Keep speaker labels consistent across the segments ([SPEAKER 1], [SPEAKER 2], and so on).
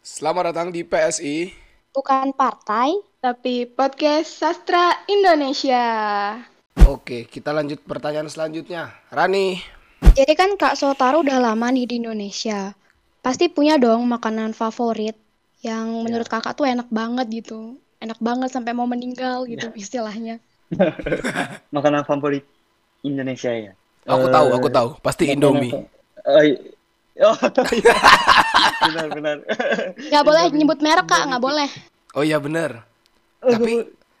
[SPEAKER 1] Selamat datang di PSI.
[SPEAKER 2] Bukan partai.
[SPEAKER 3] Tapi podcast sastra Indonesia.
[SPEAKER 1] Oke, kita lanjut pertanyaan selanjutnya. Rani,
[SPEAKER 2] Jadi kan Kak Sotaro udah lama nih di Indonesia. Pasti punya dong makanan favorit
[SPEAKER 4] Ya.
[SPEAKER 2] yang menurut kakak tuh enak banget gitu. Enak banget sampai mau meninggal
[SPEAKER 4] Ya.
[SPEAKER 2] gitu istilahnya.
[SPEAKER 4] Makanan favorit Indonesia ya?
[SPEAKER 1] aku
[SPEAKER 4] Eh,
[SPEAKER 1] tahu, aku tahu. Pasti
[SPEAKER 4] makanan
[SPEAKER 1] Indomie.
[SPEAKER 4] fa- Eh, oh. benar benar.
[SPEAKER 2] Nggak boleh
[SPEAKER 4] Indomie.
[SPEAKER 2] nyebut merek Kak, nggak boleh.
[SPEAKER 1] Oh iya bener.
[SPEAKER 4] Eh,
[SPEAKER 1] Tapi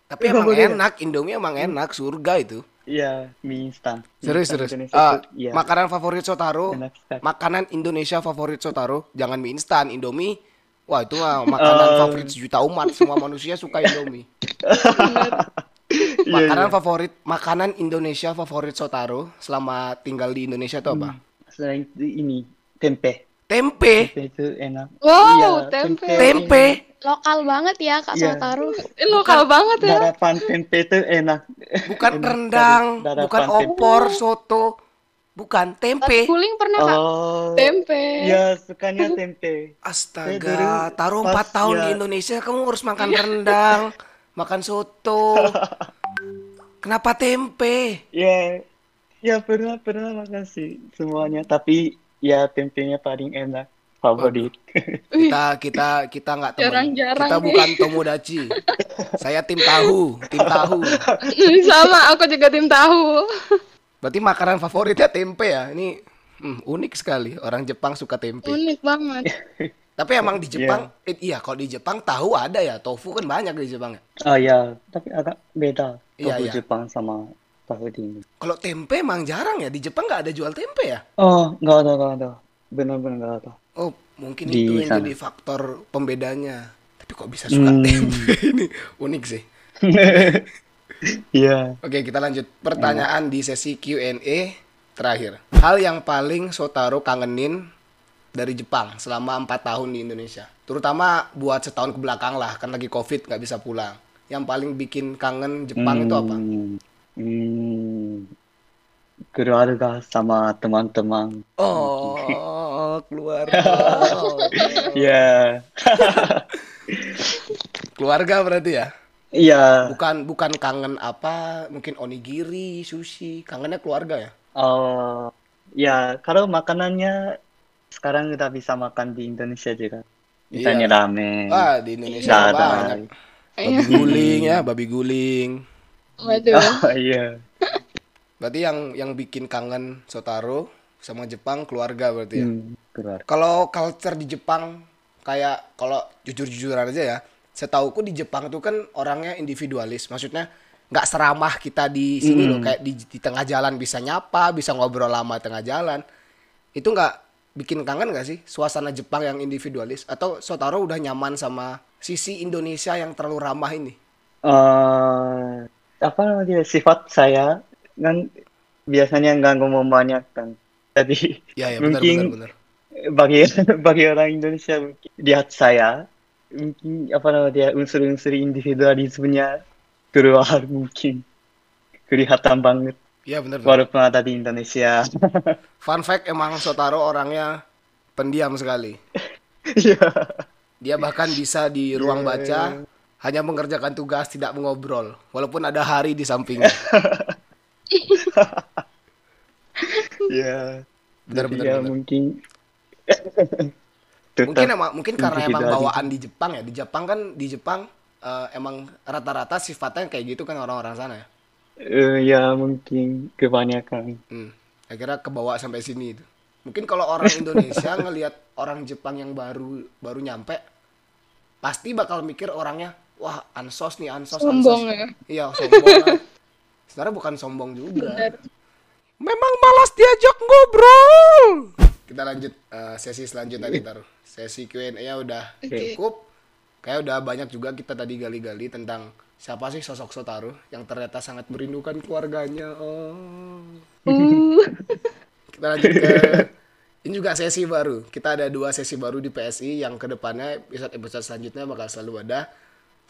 [SPEAKER 1] tapi
[SPEAKER 4] Iya,
[SPEAKER 1] emang
[SPEAKER 4] boleh.
[SPEAKER 1] enak, Indomie emang enak, surga itu.
[SPEAKER 4] Hmm. Iya, mie instan. Mie
[SPEAKER 1] Serius,
[SPEAKER 4] instan
[SPEAKER 1] serius.
[SPEAKER 4] Indonesia
[SPEAKER 1] Eh,
[SPEAKER 4] tuh, iya,
[SPEAKER 1] Makanan favorit Sotaro,
[SPEAKER 4] enak sekali.
[SPEAKER 1] makanan Indonesia favorit Sotaro, jangan mie instan, Indomie. Wah, itu mah makanan
[SPEAKER 4] Eh.
[SPEAKER 1] favorit sejuta umat, semua manusia suka Indomie.
[SPEAKER 4] Iya,
[SPEAKER 1] Makanan
[SPEAKER 4] iya.
[SPEAKER 1] favorit, makanan Indonesia favorit Sotaro selama tinggal di Indonesia itu
[SPEAKER 4] Hmm.
[SPEAKER 1] apa?
[SPEAKER 4] Selain itu ini tempe.
[SPEAKER 1] Tempe.
[SPEAKER 4] Tempe itu enak.
[SPEAKER 3] Oh, Wow,
[SPEAKER 4] Iya,
[SPEAKER 3] tempe.
[SPEAKER 1] Tempe.
[SPEAKER 2] Lokal banget ya Kak
[SPEAKER 4] Iya.
[SPEAKER 2] Sotaro.
[SPEAKER 3] Eh, lokal banget ya.
[SPEAKER 4] Darapan tempe itu enak.
[SPEAKER 1] Bukan
[SPEAKER 4] Enak
[SPEAKER 1] rendang,
[SPEAKER 4] sekali. Darapan
[SPEAKER 1] bukan
[SPEAKER 4] tempe.
[SPEAKER 1] opor, soto, bukan tempe.
[SPEAKER 3] Guling pernah Kak?
[SPEAKER 4] Oh.
[SPEAKER 3] Tempe.
[SPEAKER 4] Iya, sukanya tempe. Saya dulu
[SPEAKER 1] Astaga, taruh
[SPEAKER 4] pas
[SPEAKER 1] 4 tahun
[SPEAKER 4] ya-
[SPEAKER 1] di Indonesia kamu harus makan rendang, makan soto. Kenapa tempe?
[SPEAKER 4] Ya, ya pernah pernah makasih semuanya. Tapi ya tempenya paling enak favorit.
[SPEAKER 3] Wih,
[SPEAKER 1] Kita kita kita nggak teman.
[SPEAKER 3] Jarang-jarang
[SPEAKER 1] Kita
[SPEAKER 3] nih.
[SPEAKER 1] bukan tomodachi. Saya tim tahu, tim tahu.
[SPEAKER 3] sama aku juga tim tahu.
[SPEAKER 1] Berarti makanan favoritnya tempe ya. Ini hmm, unik sekali. Orang Jepang suka tempe.
[SPEAKER 3] Unik
[SPEAKER 4] Iya.
[SPEAKER 3] banget.
[SPEAKER 1] Tapi emang di Jepang, eh, iya kalau di Jepang tahu ada ya. Tofu kan banyak di Jepang ya.
[SPEAKER 4] Oh ya, tapi agak beda
[SPEAKER 1] Iya,
[SPEAKER 4] tahu
[SPEAKER 1] iya.
[SPEAKER 4] Jepang sama tahu di Indonesia.
[SPEAKER 1] Kalau tempe emang jarang ya. Di Jepang nggak ada jual tempe ya.
[SPEAKER 4] Oh, nggak ada nggak ada. Benar-benar nggak ada.
[SPEAKER 1] Oh, mungkin
[SPEAKER 4] Di
[SPEAKER 1] itu yang
[SPEAKER 4] sana.
[SPEAKER 1] jadi faktor pembedanya. Tapi kok bisa suka
[SPEAKER 4] Hmm.
[SPEAKER 1] tempe ini? Unik sih.
[SPEAKER 4] Iya.
[SPEAKER 1] Oke, kita lanjut pertanyaan di sesi Q&A terakhir. Hal yang paling Sotaro kangenin dari Jepang selama empat tahun di Indonesia. Terutama buat setahun ke belakang lah, kan lagi Covid nggak bisa pulang. Yang paling bikin kangen Jepang itu apa?
[SPEAKER 4] Hmm, hmm, keluarga sama teman-teman.
[SPEAKER 1] Oh, keluarga.
[SPEAKER 4] Iya.
[SPEAKER 1] keluarga berarti ya?
[SPEAKER 4] Iya.
[SPEAKER 1] Bukan bukan kangen apa, mungkin onigiri, sushi, kangennya keluarga ya?
[SPEAKER 4] Oh, ya kalau makanannya sekarang udah bisa makan di Indonesia juga. Misalnya
[SPEAKER 1] Iya.
[SPEAKER 4] ramen,
[SPEAKER 1] Ah, di Indonesia
[SPEAKER 4] dadar.
[SPEAKER 1] banyak. Babi
[SPEAKER 3] Iya.
[SPEAKER 1] guling ya, babi guling.
[SPEAKER 3] Waduh.
[SPEAKER 4] Oh, iya.
[SPEAKER 1] Berarti yang yang bikin kangen Sotaro sama Jepang keluarga berarti ya.
[SPEAKER 4] Hmm, keluar.
[SPEAKER 1] Kalau culture di Jepang kayak kalau jujur-jujuran aja ya, setauku di Jepang tuh kan orangnya individualis. Maksudnya nggak seramah kita di sini
[SPEAKER 4] Hmm.
[SPEAKER 1] loh kayak di, di tengah jalan bisa nyapa, bisa ngobrol lama tengah jalan. Itu nggak bikin kangen nggak sih suasana Jepang yang individualis atau Sotaro udah nyaman sama sisi Indonesia yang terlalu ramah ini?
[SPEAKER 4] Eh, apa namanya sifat saya kan biasanya nggak ngomong banyak kan. Jadi
[SPEAKER 1] Ya ya
[SPEAKER 4] Mungkin
[SPEAKER 1] benar.
[SPEAKER 4] bagi bagi orang Indonesia mungkin lihat saya mungkin apa namanya unsur-unsur individualismenya keluar mungkin kelihatan banget
[SPEAKER 1] Iya benar.
[SPEAKER 4] walaupun ada di Indonesia.
[SPEAKER 1] Fun fact emang Sotaro orangnya pendiam sekali.
[SPEAKER 4] Iya.
[SPEAKER 1] Dia bahkan bisa di ruang baca hanya mengerjakan tugas tidak mengobrol walaupun ada hari di sampingnya.
[SPEAKER 4] Iya.
[SPEAKER 1] Benar
[SPEAKER 4] Jadi
[SPEAKER 1] benar.
[SPEAKER 4] ya
[SPEAKER 1] benar.
[SPEAKER 4] mungkin
[SPEAKER 1] Mungkin
[SPEAKER 4] tetap
[SPEAKER 1] emang mungkin karena emang
[SPEAKER 4] individualis.
[SPEAKER 1] bawaan di Jepang ya. Di Jepang kan di Jepang eh, emang rata-rata sifatnya kayak gitu kan orang-orang sana ya.
[SPEAKER 4] eh, ya mungkin kebanyakan.
[SPEAKER 1] Hmm. Akhirnya kebawa sampai sini itu. Mungkin kalau orang Indonesia ngelihat orang Jepang yang baru baru nyampe pasti bakal mikir orangnya wah ansos nih ansos
[SPEAKER 3] Sombong
[SPEAKER 1] ansos.
[SPEAKER 3] ya.
[SPEAKER 1] Iya, sombong. lah. Sebenarnya bukan sombong juga. Memang malas diajak ngobrol. Kita lanjut eh, sesi selanjutnya kita. Ru. Sesi Q&A-nya udah
[SPEAKER 3] Oke.
[SPEAKER 1] cukup. Kayak udah banyak juga kita tadi gali-gali tentang siapa sih sosok Sotaro yang ternyata sangat merindukan keluarganya. Oh.
[SPEAKER 4] Iya.
[SPEAKER 3] Uh,
[SPEAKER 1] Kita lanjut ke ini juga sesi baru. Kita ada dua sesi baru di PSI yang kedepannya episode-episode selanjutnya bakal selalu ada.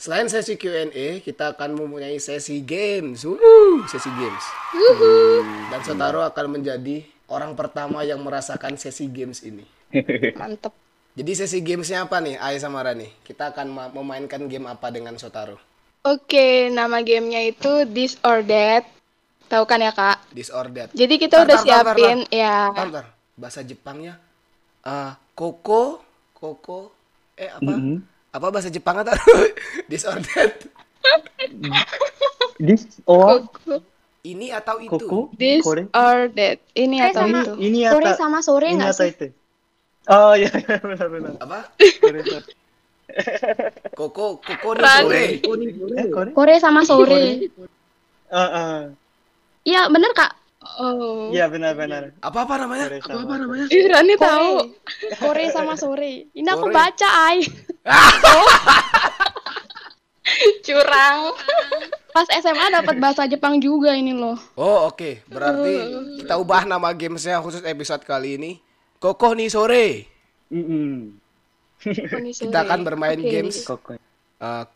[SPEAKER 1] Selain sesi Q&A, kita akan mempunyai sesi games. Wuhu, sesi games. Hmm, Dan Sotaro akan menjadi orang pertama yang merasakan sesi games ini.
[SPEAKER 2] Mantep.
[SPEAKER 1] Jadi sesi gamesnya apa nih, Ai sama Rani? Kita akan ma- memainkan game apa dengan Sotaro?
[SPEAKER 3] Oke, nama gamenya itu This or That. Tahu kan ya kak?
[SPEAKER 1] Disordered.
[SPEAKER 3] Jadi kita
[SPEAKER 1] Tar,
[SPEAKER 3] udah
[SPEAKER 1] tar, tar, tar,
[SPEAKER 3] siapin ya.
[SPEAKER 1] Bentar, bentar. Bahasa Jepangnya eh koko, koko, eh apa?
[SPEAKER 4] Mm-mm.
[SPEAKER 1] Apa bahasa Jepangnya tar? Disordered.
[SPEAKER 4] This oh, or
[SPEAKER 3] Koko-
[SPEAKER 1] Ini atau itu?
[SPEAKER 4] Koko?
[SPEAKER 3] This uh,
[SPEAKER 4] Kore?
[SPEAKER 3] or That. Ini
[SPEAKER 2] Saya
[SPEAKER 3] atau
[SPEAKER 2] sama-
[SPEAKER 3] itu?
[SPEAKER 4] Ini
[SPEAKER 2] Sore
[SPEAKER 4] atau
[SPEAKER 2] sama sore
[SPEAKER 4] ini
[SPEAKER 2] nggak
[SPEAKER 4] atau
[SPEAKER 2] sih?
[SPEAKER 4] itu? Oh iya iya, benar-benar.
[SPEAKER 1] Apa?
[SPEAKER 4] Kore sore.
[SPEAKER 1] Koko, koko ni
[SPEAKER 3] Rani.
[SPEAKER 1] sore.
[SPEAKER 4] Eh kore?
[SPEAKER 2] Kore sama sore.
[SPEAKER 4] Ah ah.
[SPEAKER 2] Iya bener kak.
[SPEAKER 3] Oh.
[SPEAKER 4] Iya benar-benar.
[SPEAKER 1] Apa apa namanya?
[SPEAKER 4] Kore sama. Apa namanya?
[SPEAKER 3] Ih, Rani tahu.
[SPEAKER 2] Kore. Kore sama sore. Ini aku
[SPEAKER 1] Kore.
[SPEAKER 2] baca ay.
[SPEAKER 3] Curang.
[SPEAKER 2] Pas SMA dapat bahasa Jepang juga ini loh.
[SPEAKER 1] Oh, oke. Berarti kita ubah nama gamesnya khusus episode kali ini. Koko ni sore. Kita akan bermain
[SPEAKER 3] Oke.
[SPEAKER 1] games
[SPEAKER 4] Koko.
[SPEAKER 1] eh,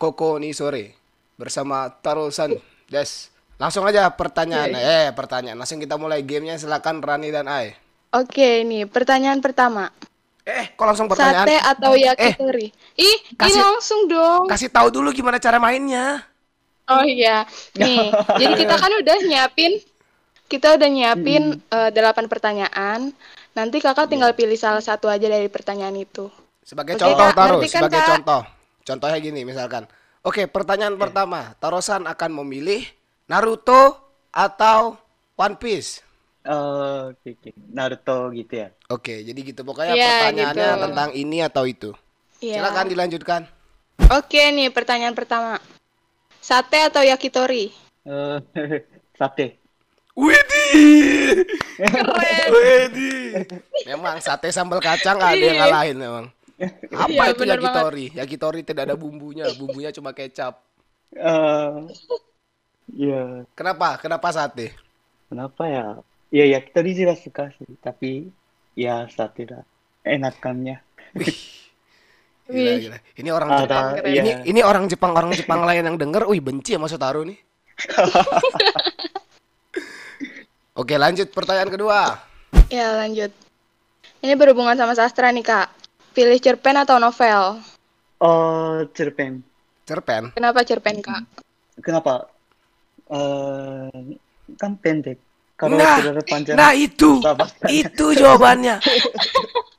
[SPEAKER 1] Koko ni sore bersama Taro-san. Des. Langsung aja pertanyaan. Eh, pertanyaan. Langsung kita mulai gamenya. Silakan Rani dan Ai.
[SPEAKER 3] Oke, nih pertanyaan pertama.
[SPEAKER 1] Eh, kok langsung pertanyaan? Eh,
[SPEAKER 3] Sate atau yakitori? Ih, ini
[SPEAKER 1] kasih-
[SPEAKER 3] langsung dong.
[SPEAKER 1] Kasih tahu dulu gimana cara mainnya.
[SPEAKER 3] Oh iya. Nih, jadi kita kan udah nyiapin kita udah nyiapin eh, delapan pertanyaan. Nanti Kakak tinggal
[SPEAKER 1] Iya.
[SPEAKER 3] pilih salah satu aja dari pertanyaan itu.
[SPEAKER 1] Sebagai
[SPEAKER 3] Oke,
[SPEAKER 1] contoh
[SPEAKER 3] Kak.
[SPEAKER 1] Taro,
[SPEAKER 3] Nanti kan,
[SPEAKER 1] sebagai
[SPEAKER 3] Kak.
[SPEAKER 1] contoh. Contohnya gini misalkan. Oke, pertanyaan pertama. Taro-san akan memilih Naruto atau One Piece?
[SPEAKER 4] Oh, oke oke. Naruto gitu ya.
[SPEAKER 1] Oke, jadi gitu pokoknya
[SPEAKER 3] Iya,
[SPEAKER 1] pertanyaannya
[SPEAKER 3] gitu.
[SPEAKER 1] tentang ini atau itu.
[SPEAKER 3] Iya.
[SPEAKER 1] Silakan dilanjutkan.
[SPEAKER 3] Oke, nih pertanyaan pertama. Sate atau yakitori?
[SPEAKER 4] Eh, sate.
[SPEAKER 1] Widi.
[SPEAKER 3] Keren.
[SPEAKER 1] Widi. Memang sate sambal kacang ada yang ngalahin memang. Apa
[SPEAKER 3] Iya,
[SPEAKER 1] itu
[SPEAKER 3] bener
[SPEAKER 1] yakitori? Yakitori tidak ada bumbunya, bumbunya cuma kecap.
[SPEAKER 4] Eh, Iya.
[SPEAKER 1] Kenapa? Kenapa sate?
[SPEAKER 4] Kenapa ya? Ya yakitori juga suka sih, tapi ya sate lah. Enakannya.
[SPEAKER 1] Gila, gila. Ini orang
[SPEAKER 4] Ada,
[SPEAKER 1] Jepang.
[SPEAKER 4] iya.
[SPEAKER 1] Ini ini orang Jepang, orang Jepang lain yang denger, wih benci sama Sotaro nih. Oke, lanjut pertanyaan kedua.
[SPEAKER 3] Ya, lanjut. Ini berhubungan sama sastra nih, Kak. Pilih cerpen atau novel?
[SPEAKER 4] Oh, cerpen.
[SPEAKER 1] Cerpen.
[SPEAKER 3] Kenapa cerpen, Kak?
[SPEAKER 4] Kenapa? Eh, kan pendek. Kalau
[SPEAKER 1] Nah,
[SPEAKER 4] terlalu panjang.
[SPEAKER 1] Nah itu,
[SPEAKER 4] Apa?
[SPEAKER 1] itu jawabannya.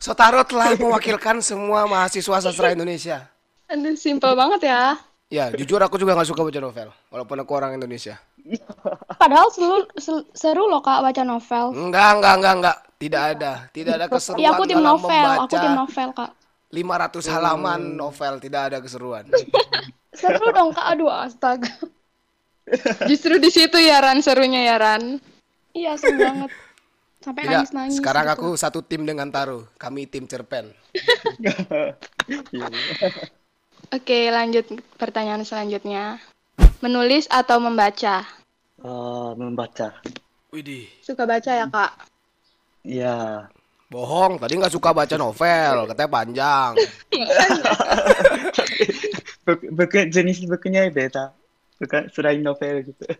[SPEAKER 1] Sotaro telah mewakilkan semua mahasiswa sastra Indonesia.
[SPEAKER 3] Aduh, simpel banget ya.
[SPEAKER 1] Ya, jujur aku juga nggak suka baca novel, walaupun aku orang Indonesia.
[SPEAKER 2] Padahal seru, sel- seru loh kak baca novel.
[SPEAKER 1] Enggak, enggak, enggak, enggak. Tidak ada, tidak ada keseruan
[SPEAKER 2] Iya aku tim
[SPEAKER 1] dalam
[SPEAKER 2] novel, aku
[SPEAKER 1] membaca
[SPEAKER 2] tim novel kak.
[SPEAKER 1] 500 halaman
[SPEAKER 4] Hmm.
[SPEAKER 1] novel, tidak ada keseruan.
[SPEAKER 2] Seru dong kak, aduh astaga.
[SPEAKER 3] Justru di situ ya, Ran, serunya ya, Ran.
[SPEAKER 2] Iya seru banget. Sampai
[SPEAKER 1] Tidak,
[SPEAKER 2] nangis-nangis.
[SPEAKER 1] Ya, Iya, sekarang kan-
[SPEAKER 2] gitu.
[SPEAKER 1] aku satu tim dengan Taro. Kami tim cerpen.
[SPEAKER 4] Iya.
[SPEAKER 3] Oke, lanjut pertanyaan selanjutnya. Menulis atau membaca?
[SPEAKER 4] Eh, membaca.
[SPEAKER 1] Widih,
[SPEAKER 3] Suka baca ya, Kak?
[SPEAKER 4] Ya.
[SPEAKER 1] bohong. Tadi nggak suka baca novel, katanya panjang.
[SPEAKER 4] Buku, buku- jenis bukunya beda. Bukan selain novel gitu.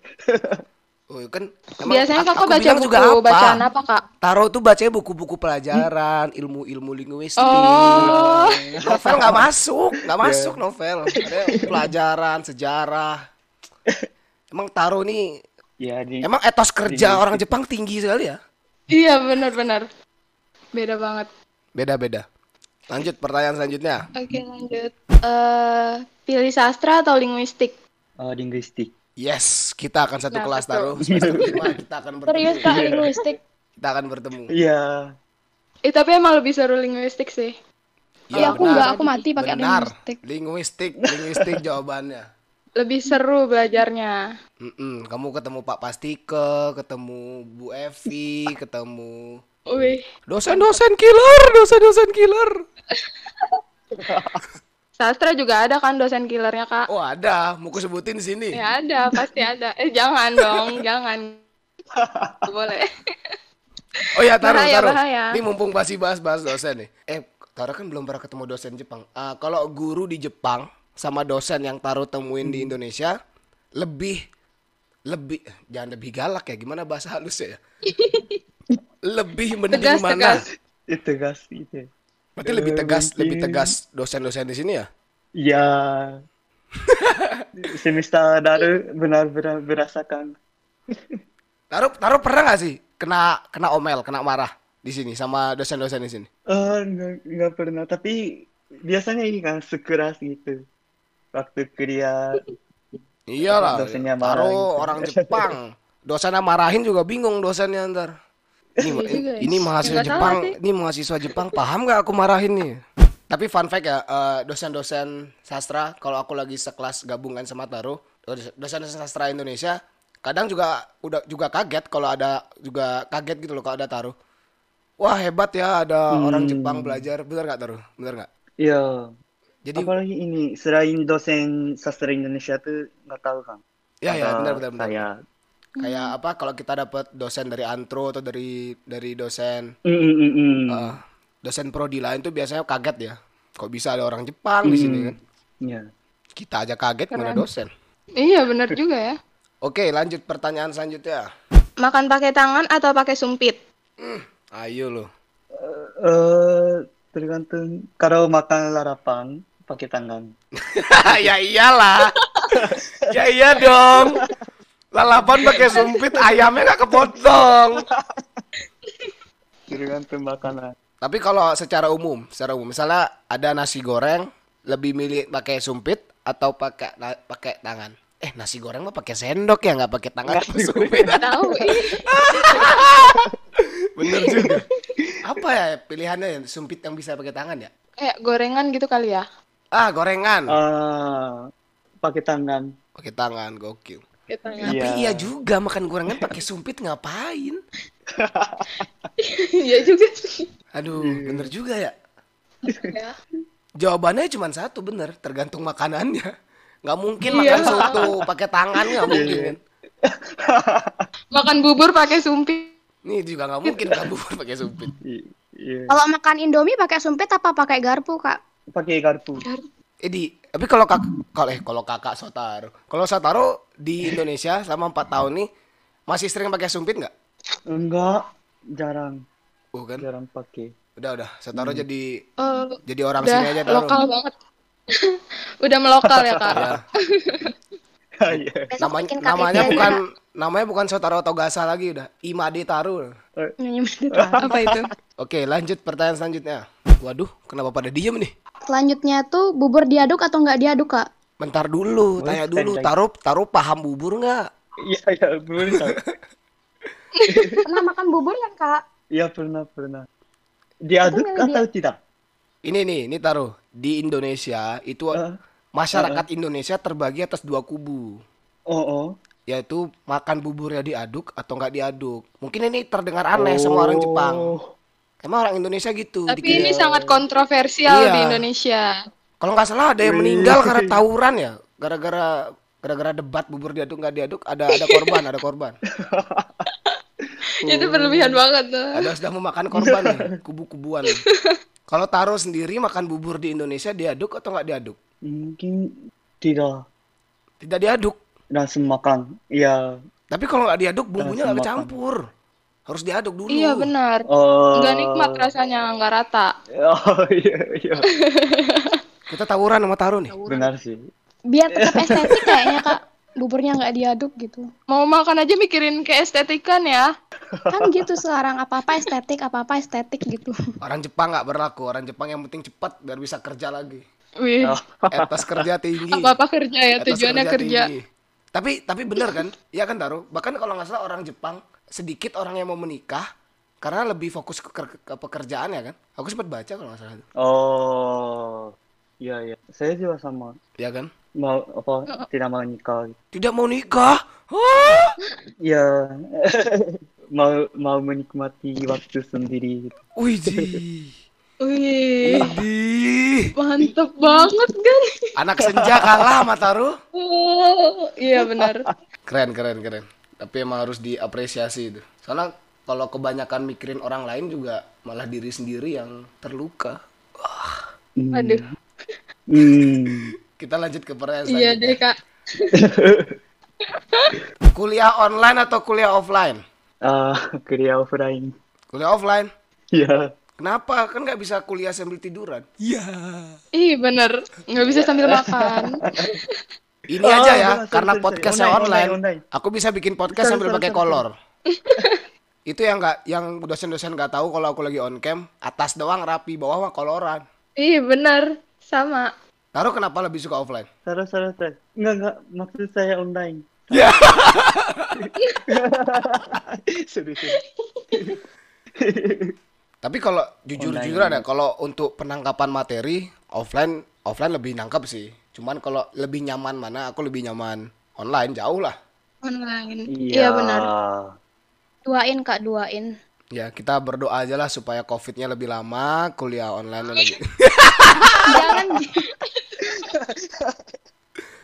[SPEAKER 1] Oh, kan emang
[SPEAKER 3] Biasanya
[SPEAKER 1] aku-
[SPEAKER 3] Kakak
[SPEAKER 1] aku
[SPEAKER 3] baca
[SPEAKER 1] bilang
[SPEAKER 3] buku,
[SPEAKER 1] juga apa?
[SPEAKER 3] bacaan apa, Kak?
[SPEAKER 1] Taro tuh bacanya buku-buku pelajaran, ilmu-ilmu linguistik.
[SPEAKER 3] Oh,
[SPEAKER 1] Novel nggak masuk, nggak masuk novel. Ada pelajaran, sejarah. Emang Taro nih,
[SPEAKER 4] Ya, di,
[SPEAKER 1] emang etos kerja orang Jepang tinggi sekali ya?
[SPEAKER 3] iya benar-benar. Beda banget.
[SPEAKER 1] Beda-beda. Lanjut pertanyaan selanjutnya.
[SPEAKER 3] Oke, lanjut. Eh, pilih sastra atau linguistik?
[SPEAKER 4] eh, linguistik.
[SPEAKER 1] Yes, kita akan satu
[SPEAKER 3] Nah,
[SPEAKER 1] kelas
[SPEAKER 3] betul.
[SPEAKER 1] Taro. Semester lima kita akan bertemu.
[SPEAKER 2] Serius kak, linguistik.
[SPEAKER 1] Kita akan bertemu.
[SPEAKER 4] Iya.
[SPEAKER 3] Eh, tapi emang lebih seru linguistik sih.
[SPEAKER 2] Iya aku
[SPEAKER 1] benar.
[SPEAKER 2] enggak, aku mati pakai
[SPEAKER 1] Benar.
[SPEAKER 2] linguistik.
[SPEAKER 1] Linguistik, linguistik jawabannya.
[SPEAKER 3] Lebih seru belajarnya.
[SPEAKER 1] Mm-mm, Kamu ketemu Pak Pastike, ketemu Bu Evi, ketemu
[SPEAKER 3] Wih,
[SPEAKER 1] dosen-dosen killer, dosen-dosen killer.
[SPEAKER 3] sastra juga ada kan dosen killernya, Kak?
[SPEAKER 1] Oh ada, mau ku sebutin di sini.
[SPEAKER 3] Ya
[SPEAKER 2] Iya.
[SPEAKER 3] ada, pasti ada. Eh, jangan dong, jangan. Nggak Boleh.
[SPEAKER 1] Oh ya taruh
[SPEAKER 3] Bahaya,
[SPEAKER 1] taruh.
[SPEAKER 3] bahaya.
[SPEAKER 1] Ini mumpung masih bahas-bahas dosen nih. Eh Taro kan belum pernah ketemu dosen Jepang. Eh, kalau guru di Jepang sama dosen yang Taro temuin
[SPEAKER 3] Hmm.
[SPEAKER 1] di Indonesia lebih lebih eh, jangan lebih galak ya gimana bahasa halusnya ya? lebih mending
[SPEAKER 3] Tegas,
[SPEAKER 1] mana?
[SPEAKER 3] tegas.
[SPEAKER 4] Itu gas gitu.
[SPEAKER 1] Berarti lebih
[SPEAKER 4] Eh,
[SPEAKER 1] tegas,
[SPEAKER 4] mungkin.
[SPEAKER 1] lebih tegas dosen-dosen di sini ya?
[SPEAKER 4] Ya, semester lalu benar-benar berasakan.
[SPEAKER 1] Taruh, taruh pernah nggak sih kena kena omel, kena marah di sini sama dosen-dosen di sini?
[SPEAKER 4] Eh, nggak nggak pernah, tapi biasanya ini kan sekeras gitu. Waktu kuliah,
[SPEAKER 1] Iyalah.
[SPEAKER 4] Dosennya
[SPEAKER 1] Iya
[SPEAKER 4] marah
[SPEAKER 1] taruh
[SPEAKER 4] gitu.
[SPEAKER 1] orang Jepang. Dosennya marahin juga bingung dosennya ntar. Ini,
[SPEAKER 2] Iya juga ya.
[SPEAKER 1] ini mahasiswa
[SPEAKER 3] Nggak salah
[SPEAKER 1] Jepang,
[SPEAKER 3] sih.
[SPEAKER 1] ini mahasiswa Jepang paham nggak aku marahin nih? Tapi fun fact ya, eh, dosen-dosen sastra kalau aku lagi sekelas gabungan sama Taro, dosen-dosen sastra Indonesia kadang juga udah juga kaget kalau ada juga kaget gitu loh kalau ada Taro. Wah hebat ya ada orang
[SPEAKER 4] Hmm.
[SPEAKER 1] Jepang belajar, bener nggak Taro? Bener nggak?
[SPEAKER 4] ya,
[SPEAKER 1] Jadi
[SPEAKER 4] apalagi ini selain dosen sastra Indonesia tuh nggak tahu kan?
[SPEAKER 1] ya ya
[SPEAKER 4] Ada
[SPEAKER 1] bener bener bener.
[SPEAKER 4] Saya,
[SPEAKER 1] kayak apa kalau kita dapat dosen dari antro atau dari dari dosen
[SPEAKER 4] Mm, mm, mm, mm.
[SPEAKER 1] eh, dosen prodi lain tuh biasanya kaget ya kok bisa ada orang Jepang di sini
[SPEAKER 4] Hmm.
[SPEAKER 1] kan
[SPEAKER 4] Ya.
[SPEAKER 1] kita aja kaget mana dosen
[SPEAKER 3] Iya bener juga ya.
[SPEAKER 1] oke lanjut pertanyaan selanjutnya
[SPEAKER 3] Makan pakai tangan atau pakai sumpit?
[SPEAKER 1] ayo lo
[SPEAKER 4] Eh, tergantung kalau makan larapan pakai tangan.
[SPEAKER 1] ya iyalah ya iya dong lalapan pakai sumpit ayamnya nggak kepotong
[SPEAKER 4] Tergantung makanan.
[SPEAKER 1] tapi kalau secara umum secara umum misalnya ada nasi goreng lebih milih pakai sumpit atau pakai na- pakai tangan eh nasi goreng mah pakai sendok ya nggak pakai tangan pakai sumpit
[SPEAKER 3] Tahu. ih.
[SPEAKER 1] Bener juga. Apa ya pilihannya ya? Sumpit yang bisa pakai tangan ya?
[SPEAKER 3] Kayak gorengan gitu kali ya.
[SPEAKER 1] Ah, gorengan.
[SPEAKER 4] Ah, pakai tangan.
[SPEAKER 1] Pakai tangan, gokil.
[SPEAKER 3] Pakai tangan.
[SPEAKER 1] Tapi
[SPEAKER 4] Iya.
[SPEAKER 1] iya juga makan gorengan pakai sumpit ngapain?
[SPEAKER 3] Iya juga sih.
[SPEAKER 1] Aduh, bener juga ya.
[SPEAKER 3] Ya.
[SPEAKER 1] Jawabannya cuma satu bener, tergantung makanannya. Nggak mungkin
[SPEAKER 3] Iya.
[SPEAKER 1] makan soto pakai tangan nggak mungkin. kan?
[SPEAKER 3] Makan bubur pakai sumpit.
[SPEAKER 1] Nih juga nggak mungkin nggak bubur pakai sumpit.
[SPEAKER 4] I- iya.
[SPEAKER 2] Kalau makan Indomie pakai sumpit apa pakai garpu, Kak?
[SPEAKER 4] Pakai garpu.
[SPEAKER 1] Eh, di tapi kalau kak kalau eh kalau kakak Sotaro, kalau Sotaro di Indonesia selama 4 tahun nih masih sering pakai sumpit nggak?
[SPEAKER 4] Enggak, jarang,
[SPEAKER 1] Uh kan?
[SPEAKER 3] Iya.
[SPEAKER 4] jarang pakai.
[SPEAKER 1] Udah udah, Sotaro jadi
[SPEAKER 3] Eh,
[SPEAKER 1] jadi orang
[SPEAKER 3] udah
[SPEAKER 1] sini aja Iya. Taro.
[SPEAKER 3] lokal banget. udah melokal ya kak.
[SPEAKER 1] Ya. Oh.
[SPEAKER 4] Iya.
[SPEAKER 2] Besok
[SPEAKER 1] Namanya,
[SPEAKER 2] bikin gitu, KTP
[SPEAKER 1] namanya
[SPEAKER 2] aja,
[SPEAKER 1] bukan
[SPEAKER 2] Kak.
[SPEAKER 1] namanya bukan Sotaro Togasa lagi udah. Imade Taru.
[SPEAKER 3] Apa itu?
[SPEAKER 1] Oke, lanjut pertanyaan selanjutnya. Waduh, kenapa pada diem nih?
[SPEAKER 2] Selanjutnya tuh bubur diaduk atau nggak diaduk, Kak?
[SPEAKER 1] Bentar dulu,
[SPEAKER 4] Boleh,
[SPEAKER 1] tanya dulu.
[SPEAKER 4] tanya.
[SPEAKER 1] Taruh, taruh paham bubur nggak?
[SPEAKER 4] Iya, iya, boleh tahu.
[SPEAKER 2] Pernah makan bubur kan, Kak?
[SPEAKER 4] Iya, pernah, pernah. Diaduk
[SPEAKER 2] milih
[SPEAKER 4] atau tidak?
[SPEAKER 1] Ini nih, ini taruh. Di Indonesia itu
[SPEAKER 4] Ah,
[SPEAKER 1] masyarakat Indonesia terbagi atas dua kubu,
[SPEAKER 4] oh, oh.
[SPEAKER 1] yaitu makan buburnya diaduk atau nggak diaduk. Mungkin ini terdengar aneh sama orang Jepang.
[SPEAKER 4] Oh.
[SPEAKER 1] Emang orang Indonesia gitu.
[SPEAKER 3] Tapi
[SPEAKER 1] dikira-
[SPEAKER 3] ini sangat kontroversial
[SPEAKER 1] Iya.
[SPEAKER 3] di Indonesia.
[SPEAKER 1] Kalau nggak salah ada yang
[SPEAKER 4] Wih.
[SPEAKER 1] meninggal karena tawuran ya, gara-gara gara-gara debat bubur diaduk nggak diaduk, ada ada korban, ada korban.
[SPEAKER 3] Itu berlebihan banget tuh.
[SPEAKER 1] Ada yang sudah memakan korban nih, kubu-kubuan. nih. Kalau Taro sendiri makan bubur di Indonesia diaduk atau nggak diaduk?
[SPEAKER 4] Mungkin tidak
[SPEAKER 1] Tidak diaduk.
[SPEAKER 4] langsung makan. Iya.
[SPEAKER 1] Tapi kalau nggak diaduk bumbunya nggak
[SPEAKER 4] Langsung makan.
[SPEAKER 1] kecampur. Harus diaduk dulu.
[SPEAKER 3] Iya benar.
[SPEAKER 4] Oh.
[SPEAKER 3] Nggak nikmat
[SPEAKER 1] Eh.
[SPEAKER 3] rasanya, nggak rata.
[SPEAKER 4] Oh iya iya
[SPEAKER 1] Kita tawuran sama Taro nih.
[SPEAKER 4] benar sih.
[SPEAKER 2] Biar tetap estetik kayaknya, Kak. Buburnya nggak diaduk gitu.
[SPEAKER 3] Mau makan aja mikirin keestetikan ya.
[SPEAKER 2] Kan gitu sekarang apa-apa estetik, apa-apa estetik gitu.
[SPEAKER 1] Orang Jepang nggak berlaku. Orang Jepang yang penting cepat biar bisa kerja lagi.
[SPEAKER 3] Wih,
[SPEAKER 1] Etos kerja tinggi.
[SPEAKER 3] apa-apa kerja ya,
[SPEAKER 1] Oh, iya. Atas
[SPEAKER 3] tujuannya kerja.
[SPEAKER 1] tinggi. Tapi tapi benar kan? Iya kan Taro? Bahkan kalau nggak salah orang Jepang sedikit orang yang mau menikah karena lebih fokus ke, ke- ke pekerjaan ya kan? Aku sempat baca kalau nggak salah. itu.
[SPEAKER 4] Oh iya iya. Saya juga sama
[SPEAKER 1] Iya kan?
[SPEAKER 4] mau apa tidak mau nikah.
[SPEAKER 1] Tidak mau nikah. Hah?
[SPEAKER 4] Iya mau mau menikmati waktu sendiri.
[SPEAKER 1] Wih,
[SPEAKER 3] Wih, mantep banget kan?
[SPEAKER 1] Anak senja kalah sama Taro.
[SPEAKER 3] Oh, iya benar.
[SPEAKER 1] Keren, keren, keren. Tapi emang harus diapresiasi itu. Soalnya kalau kebanyakan mikirin orang lain juga malah diri sendiri yang terluka.
[SPEAKER 4] Hmm.
[SPEAKER 3] Aduh,
[SPEAKER 4] Hmm.
[SPEAKER 1] Kita lanjut ke pertanyaan selanjutnya.
[SPEAKER 3] iya deh kak.
[SPEAKER 1] Kuliah online atau kuliah offline?
[SPEAKER 4] Ah kuliah offline.
[SPEAKER 1] Kuliah offline.
[SPEAKER 4] Iya.
[SPEAKER 1] Kenapa? Kan nggak bisa kuliah sambil tiduran. Iya.
[SPEAKER 3] Ih bener, nggak bisa sambil makan.
[SPEAKER 1] Ini
[SPEAKER 4] Oh,
[SPEAKER 1] aja ya,
[SPEAKER 4] benar, sorry,
[SPEAKER 1] karena
[SPEAKER 4] sorry, sorry.
[SPEAKER 1] podcastnya
[SPEAKER 4] Online,
[SPEAKER 1] online,
[SPEAKER 4] online,
[SPEAKER 1] aku bisa bikin podcast
[SPEAKER 4] Sorry,
[SPEAKER 1] sambil
[SPEAKER 4] sorry,
[SPEAKER 1] pakai
[SPEAKER 4] sorry,
[SPEAKER 1] kolor. Itu yang nggak, yang dosen-dosen nggak tahu kalau aku lagi on cam, atas doang rapi, bawah mah koloran.
[SPEAKER 3] Ih bener, sama.
[SPEAKER 1] Taruh kenapa lebih suka offline?
[SPEAKER 4] Salah, salah, salah. Enggak, enggak. Maksud saya online.
[SPEAKER 1] Ya.
[SPEAKER 4] Serius.
[SPEAKER 1] Tapi kalau jujur-jujuran ya,
[SPEAKER 4] Online.
[SPEAKER 1] kalau untuk penangkapan materi offline, offline lebih nangkap sih. Cuman kalau lebih nyaman mana, aku lebih nyaman online jauh lah.
[SPEAKER 3] Online.
[SPEAKER 4] Iya.
[SPEAKER 3] Iya benar.
[SPEAKER 2] Duain kak, duain.
[SPEAKER 1] Ya kita berdoa aja lah supaya covidnya lebih lama, kuliah online lebih.
[SPEAKER 2] Jangan.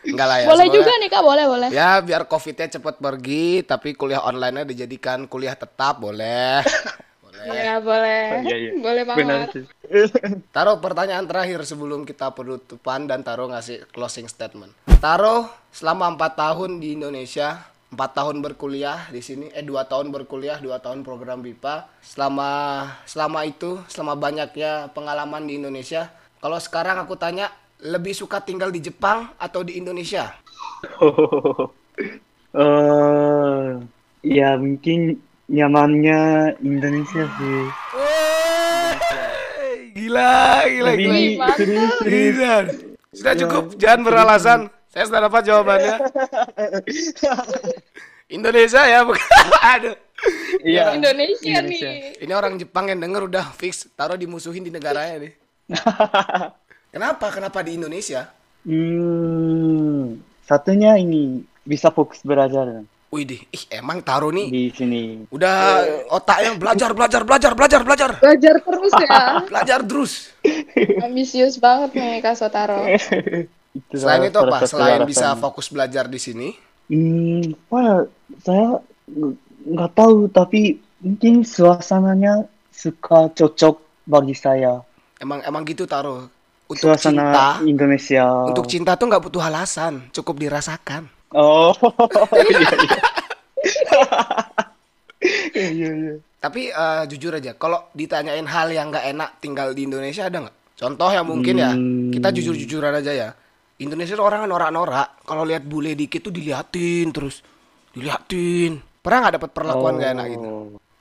[SPEAKER 1] Enggak lah ya.
[SPEAKER 2] boleh
[SPEAKER 1] semoga-
[SPEAKER 2] juga nih kak, boleh boleh.
[SPEAKER 1] Ya biar covidnya cepet pergi, tapi kuliah online-nya dijadikan kuliah tetap boleh.
[SPEAKER 3] Iya boleh,
[SPEAKER 4] Iya, iya.
[SPEAKER 3] boleh
[SPEAKER 4] Benar
[SPEAKER 3] banget.
[SPEAKER 4] sih.
[SPEAKER 1] Taruh pertanyaan terakhir sebelum kita penutupan dan Taruh ngasih closing statement. Taruh selama 4 tahun di Indonesia, 4 tahun berkuliah di sini, eh 2 tahun berkuliah, 2 tahun program BIPA. Selama selama itu, selama banyaknya pengalaman di Indonesia, kalau sekarang aku tanya lebih suka tinggal di Jepang atau di Indonesia?
[SPEAKER 4] Eh, ya mungkin nyamannya Indonesia sih.
[SPEAKER 1] Gila, gila,
[SPEAKER 4] Tapi ini
[SPEAKER 3] mantap.
[SPEAKER 4] serius, serius.
[SPEAKER 1] Gila. Sudah cukup, jangan beralasan. Saya sudah dapat jawabannya. Indonesia ya, bukan. Aduh.
[SPEAKER 4] Iya.
[SPEAKER 3] Indonesia,
[SPEAKER 4] Indonesia.
[SPEAKER 3] nih.
[SPEAKER 1] Ini orang Jepang yang denger udah fix taruh dimusuhin di negaranya nih. Kenapa? Kenapa di Indonesia?
[SPEAKER 4] Hmm, satunya ini bisa fokus belajar
[SPEAKER 1] Wih deh, ih emang taruh nih
[SPEAKER 4] di sini.
[SPEAKER 1] udah otaknya belajar belajar belajar belajar belajar
[SPEAKER 3] Belajar terus ya.
[SPEAKER 1] belajar terus.
[SPEAKER 3] Ambisius banget nih Kak Sotaro.
[SPEAKER 1] Iya.
[SPEAKER 4] Itu
[SPEAKER 1] Selain itu
[SPEAKER 4] salah
[SPEAKER 1] apa?
[SPEAKER 4] satu
[SPEAKER 1] Selain
[SPEAKER 4] alasan.
[SPEAKER 1] bisa fokus belajar di sini,
[SPEAKER 4] Hmm, wah, saya nggak- nggak tahu, tapi mungkin suasananya suka cocok bagi saya.
[SPEAKER 1] emang emang gitu taruh. Untuk cinta,
[SPEAKER 4] Suasana Indonesia.
[SPEAKER 1] untuk cinta tuh nggak butuh alasan, cukup dirasakan.
[SPEAKER 4] Oh, iya, iya. Iya, iya, iya.
[SPEAKER 1] Tapi eh, jujur aja, kalau ditanyain hal yang nggak enak tinggal di Indonesia ada nggak? Contoh yang mungkin ya,
[SPEAKER 4] Hmm.
[SPEAKER 1] kita jujur-jujuran aja ya. Indonesia tuh orang kan norak-norak. Kalau lihat bule dikit tuh diliatin terus, diliatin. Pernah nggak dapat perlakuan nggak enak gitu?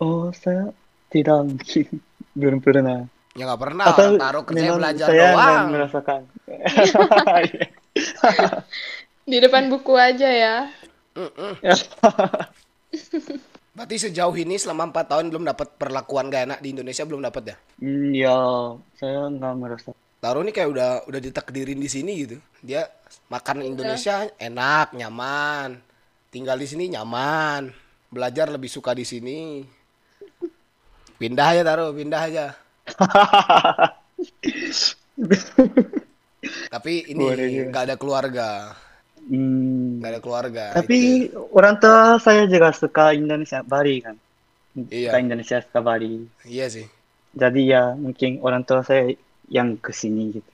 [SPEAKER 4] Oh, saya tidak mungkin. Belum pernah.
[SPEAKER 1] Ya nggak pernah.
[SPEAKER 4] Atau
[SPEAKER 1] orang taruh kerja
[SPEAKER 4] memang
[SPEAKER 1] belajar
[SPEAKER 4] saya nggak
[SPEAKER 1] doang.
[SPEAKER 4] merasakan. Iya.
[SPEAKER 3] Di depan buku aja ya.
[SPEAKER 1] Mm-mm. Berarti sejauh ini selama 4 tahun belum dapat perlakuan gak enak di Indonesia belum dapat ya?
[SPEAKER 4] Hmm, ya, saya nggak merasa.
[SPEAKER 1] Taruh nih kayak udah udah ditakdirin di sini gitu. Dia makanan Indonesia enak, nyaman. Tinggal di sini nyaman. Belajar lebih suka di sini. Pindah aja taruh, pindah aja. Tapi
[SPEAKER 4] Boleh
[SPEAKER 1] ini
[SPEAKER 4] juga.
[SPEAKER 1] nggak ada keluarga,
[SPEAKER 4] Hmm,
[SPEAKER 1] nggak ada keluarga. gitu. itu. ya.
[SPEAKER 4] tapi orang tua saya juga suka Indonesia, Bali kan.
[SPEAKER 1] Iya.
[SPEAKER 4] Suka Indonesia, suka Bali.
[SPEAKER 1] iya sih.
[SPEAKER 4] Jadi ya mungkin orang tua saya yang kesini gitu.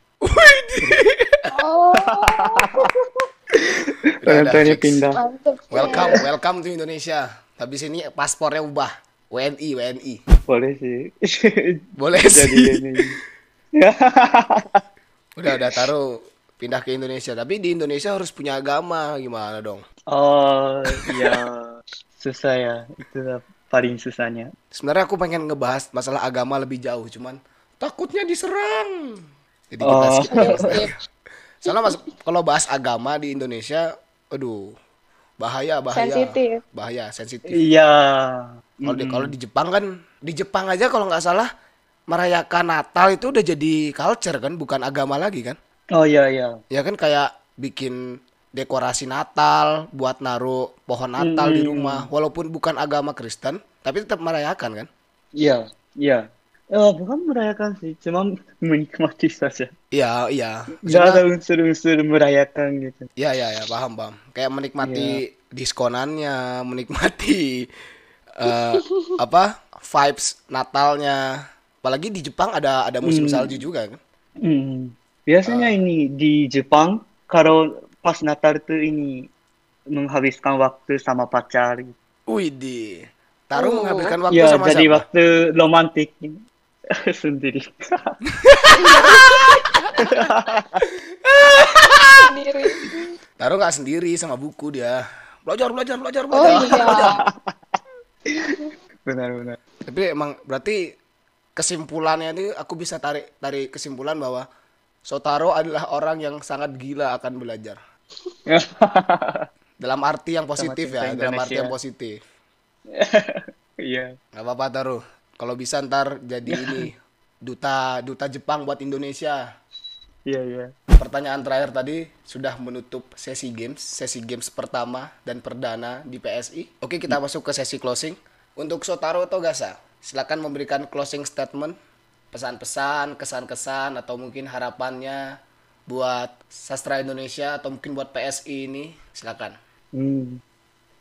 [SPEAKER 3] Oh,
[SPEAKER 1] Udah
[SPEAKER 4] Orang
[SPEAKER 1] ada
[SPEAKER 4] tuanya
[SPEAKER 1] fix.
[SPEAKER 4] pindah.
[SPEAKER 3] mantep.
[SPEAKER 1] Welcome, welcome to Indonesia. Habis ini paspornya ubah. WNI, WNI.
[SPEAKER 4] Boleh sih.
[SPEAKER 1] Boleh
[SPEAKER 4] Jadi
[SPEAKER 1] sih.
[SPEAKER 4] ini.
[SPEAKER 1] Udah, udah taruh pindah ke Indonesia. Tapi di Indonesia harus punya agama gimana dong?
[SPEAKER 4] Oh, ya susah ya. Itu paling susahnya.
[SPEAKER 1] Sebenarnya aku pengen ngebahas masalah agama lebih jauh, cuman takutnya diserang. Jadi kita
[SPEAKER 4] Oh.
[SPEAKER 1] skip aja. Soalnya mas, kalau bahas agama di Indonesia, aduh, bahaya, bahaya,
[SPEAKER 3] Sensitif.
[SPEAKER 1] bahaya, sensitif.
[SPEAKER 4] Iya.
[SPEAKER 1] Kalau di,
[SPEAKER 4] Mm.
[SPEAKER 1] kalau di Jepang kan, di Jepang aja kalau nggak salah merayakan Natal itu udah jadi culture kan, bukan agama lagi kan?
[SPEAKER 4] Oh iya iya.
[SPEAKER 1] Ya kan kayak bikin dekorasi Natal, buat naruh pohon Natal di
[SPEAKER 4] Hmm.
[SPEAKER 1] rumah, walaupun bukan agama Kristen, tapi tetap merayakan kan?
[SPEAKER 4] Iya, iya. Eh, bukan merayakan sih, cuma menikmati saja.
[SPEAKER 1] Iya, iya.
[SPEAKER 4] Nggak
[SPEAKER 1] Maksudnya-
[SPEAKER 4] ada unsur-unsur merayakan gitu.
[SPEAKER 1] Ya ya ya paham paham. Kayak
[SPEAKER 4] Iya.
[SPEAKER 1] menikmati diskonannya, menikmati eh, apa vibes Natalnya. Apalagi di Jepang ada ada musim
[SPEAKER 4] Hmm.
[SPEAKER 1] salju juga kan.
[SPEAKER 4] Hmm.
[SPEAKER 1] Ah.
[SPEAKER 4] Biasanya ini di Jepang, kalau pas Natal tuh ini menghabiskan waktu sama pacar. gitu.
[SPEAKER 1] Wih di. Taruh
[SPEAKER 3] Oh.
[SPEAKER 1] menghabiskan waktu
[SPEAKER 4] Ya,
[SPEAKER 1] sama
[SPEAKER 4] jadi
[SPEAKER 1] siapa?
[SPEAKER 4] waktu romantis. sendiri.
[SPEAKER 3] sendiri.
[SPEAKER 1] Taro nggak sendiri sama buku dia. Belajar, belajar, belajar,
[SPEAKER 3] Oh
[SPEAKER 1] belajar.
[SPEAKER 3] iya.
[SPEAKER 4] Benar-benar.
[SPEAKER 1] Tapi emang berarti kesimpulannya ini aku bisa tarik tarik kesimpulan bahwa Sotaro adalah orang yang sangat gila akan belajar. Dalam arti yang positif ya,
[SPEAKER 4] cinta
[SPEAKER 1] dalam arti
[SPEAKER 4] Indonesia.
[SPEAKER 1] yang positif.
[SPEAKER 4] Iya.
[SPEAKER 1] Gak apa-apa Taro. Kalau bisa ntar jadi ini duta duta Jepang buat Indonesia.
[SPEAKER 4] Iya, iya.
[SPEAKER 1] Pertanyaan terakhir tadi sudah menutup sesi games, sesi games pertama dan perdana di PSI. Oke, kita masuk ke sesi closing. Untuk Sotaro Togasa, silakan memberikan closing statement, pesan-pesan, kesan-kesan atau mungkin harapannya buat sastra Indonesia atau mungkin buat PSI ini, silakan.
[SPEAKER 4] Hmm.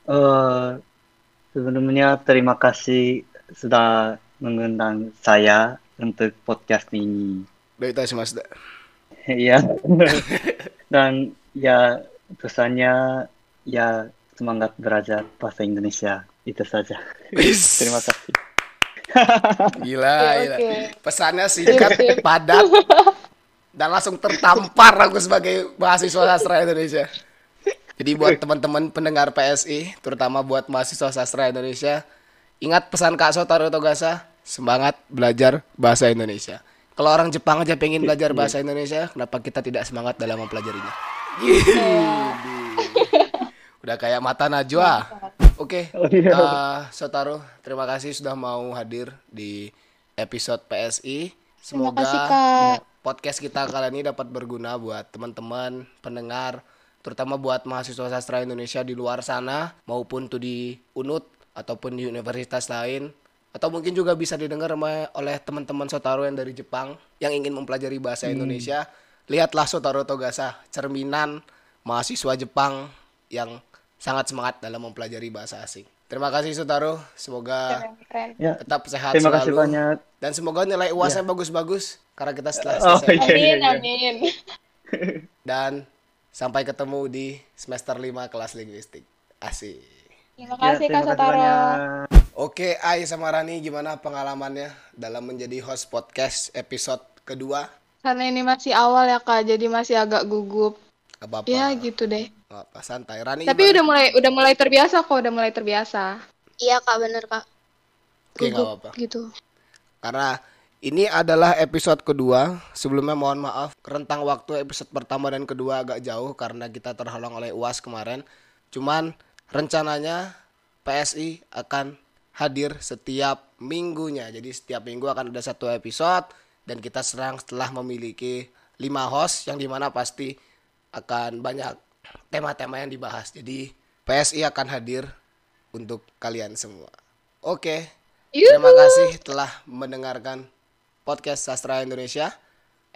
[SPEAKER 4] Eh, sebelumnya terima kasih sudah mengundang saya untuk podcast ini.
[SPEAKER 1] Baik, Mas.
[SPEAKER 4] Iya. Dan ya pesannya ya semangat belajar bahasa Indonesia. Itu saja. Terima kasih.
[SPEAKER 1] Gila,
[SPEAKER 3] Oke,
[SPEAKER 1] gila.
[SPEAKER 3] oke. Iya,
[SPEAKER 1] Pesannya singkat,
[SPEAKER 3] Sip, sip.
[SPEAKER 1] padat, dan langsung tertampar aku sebagai mahasiswa sastra Indonesia. Jadi buat teman-teman pendengar PSI, terutama buat mahasiswa sastra Indonesia, ingat pesan Kak Sotaro Togasa, semangat belajar bahasa Indonesia. Kalau orang Jepang aja pengen belajar bahasa Indonesia, kenapa kita tidak semangat dalam mempelajarinya?
[SPEAKER 3] Iya.
[SPEAKER 1] Udah kayak mata Najwa. Oke,
[SPEAKER 4] Oh, iya.
[SPEAKER 1] eh, Sotaro, terima kasih sudah mau hadir di episode PSI.
[SPEAKER 2] Terima
[SPEAKER 1] Semoga
[SPEAKER 2] kasih, Kak.
[SPEAKER 1] podcast kita kali ini dapat berguna buat teman-teman pendengar, terutama buat mahasiswa sastra Indonesia di luar sana maupun tuh di UNUT ataupun di universitas lain atau mungkin juga bisa didengar sama- oleh teman-teman Sotaro yang dari Jepang yang ingin mempelajari bahasa
[SPEAKER 2] Hmm.
[SPEAKER 1] Indonesia. Lihatlah Sotaro Togasa, cerminan mahasiswa Jepang yang sangat semangat dalam mempelajari bahasa asing. Terima kasih Sotaro, semoga
[SPEAKER 3] Keren.
[SPEAKER 4] Ya.
[SPEAKER 1] tetap sehat
[SPEAKER 4] Terima
[SPEAKER 1] selalu.
[SPEAKER 4] kasih banyak. Iya.
[SPEAKER 1] Dan semoga nilai UASnya bagus-bagus karena kita setelah
[SPEAKER 4] Oh,
[SPEAKER 1] selesai.
[SPEAKER 4] iya, iya,
[SPEAKER 3] Amin,
[SPEAKER 4] iya.
[SPEAKER 3] amin.
[SPEAKER 1] Dan sampai ketemu di semester 5 kelas linguistik. Asik.
[SPEAKER 3] Iya, Terima
[SPEAKER 4] Ya,
[SPEAKER 3] kasih
[SPEAKER 4] terima
[SPEAKER 3] Kak Sotaro.
[SPEAKER 4] banyak.
[SPEAKER 1] Oke, Ai sama Rani gimana pengalamannya dalam menjadi host podcast episode kedua?
[SPEAKER 3] Karena ini masih awal ya Kak, jadi masih agak gugup.
[SPEAKER 1] Gak apa-apa.
[SPEAKER 3] Ya gitu deh.
[SPEAKER 1] Gak apa, santai. Rani
[SPEAKER 3] Tapi
[SPEAKER 1] gimana?
[SPEAKER 3] udah mulai udah mulai terbiasa kok, udah mulai terbiasa.
[SPEAKER 2] Iya kak, bener kak.
[SPEAKER 1] Oke, nggak
[SPEAKER 2] Gugup
[SPEAKER 1] apa-apa.
[SPEAKER 2] gitu.
[SPEAKER 1] Karena ini adalah episode kedua. Sebelumnya mohon maaf rentang waktu episode pertama dan kedua agak jauh karena kita terhalang oleh UAS kemarin. Cuman rencananya PSI akan hadir setiap minggunya. Jadi setiap minggu akan ada satu episode dan kita serang setelah memiliki lima host yang dimana pasti akan banyak tema-tema yang dibahas. Jadi PSI akan hadir untuk kalian semua. Oke, Terima kasih telah mendengarkan podcast Sastra Indonesia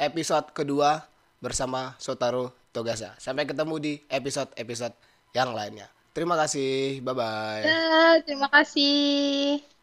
[SPEAKER 1] episode kedua bersama Sotaro Togasa. Sampai ketemu di episode-episode yang lainnya. Terima kasih. Bye bye.
[SPEAKER 3] Ya, terima Iya, kasih.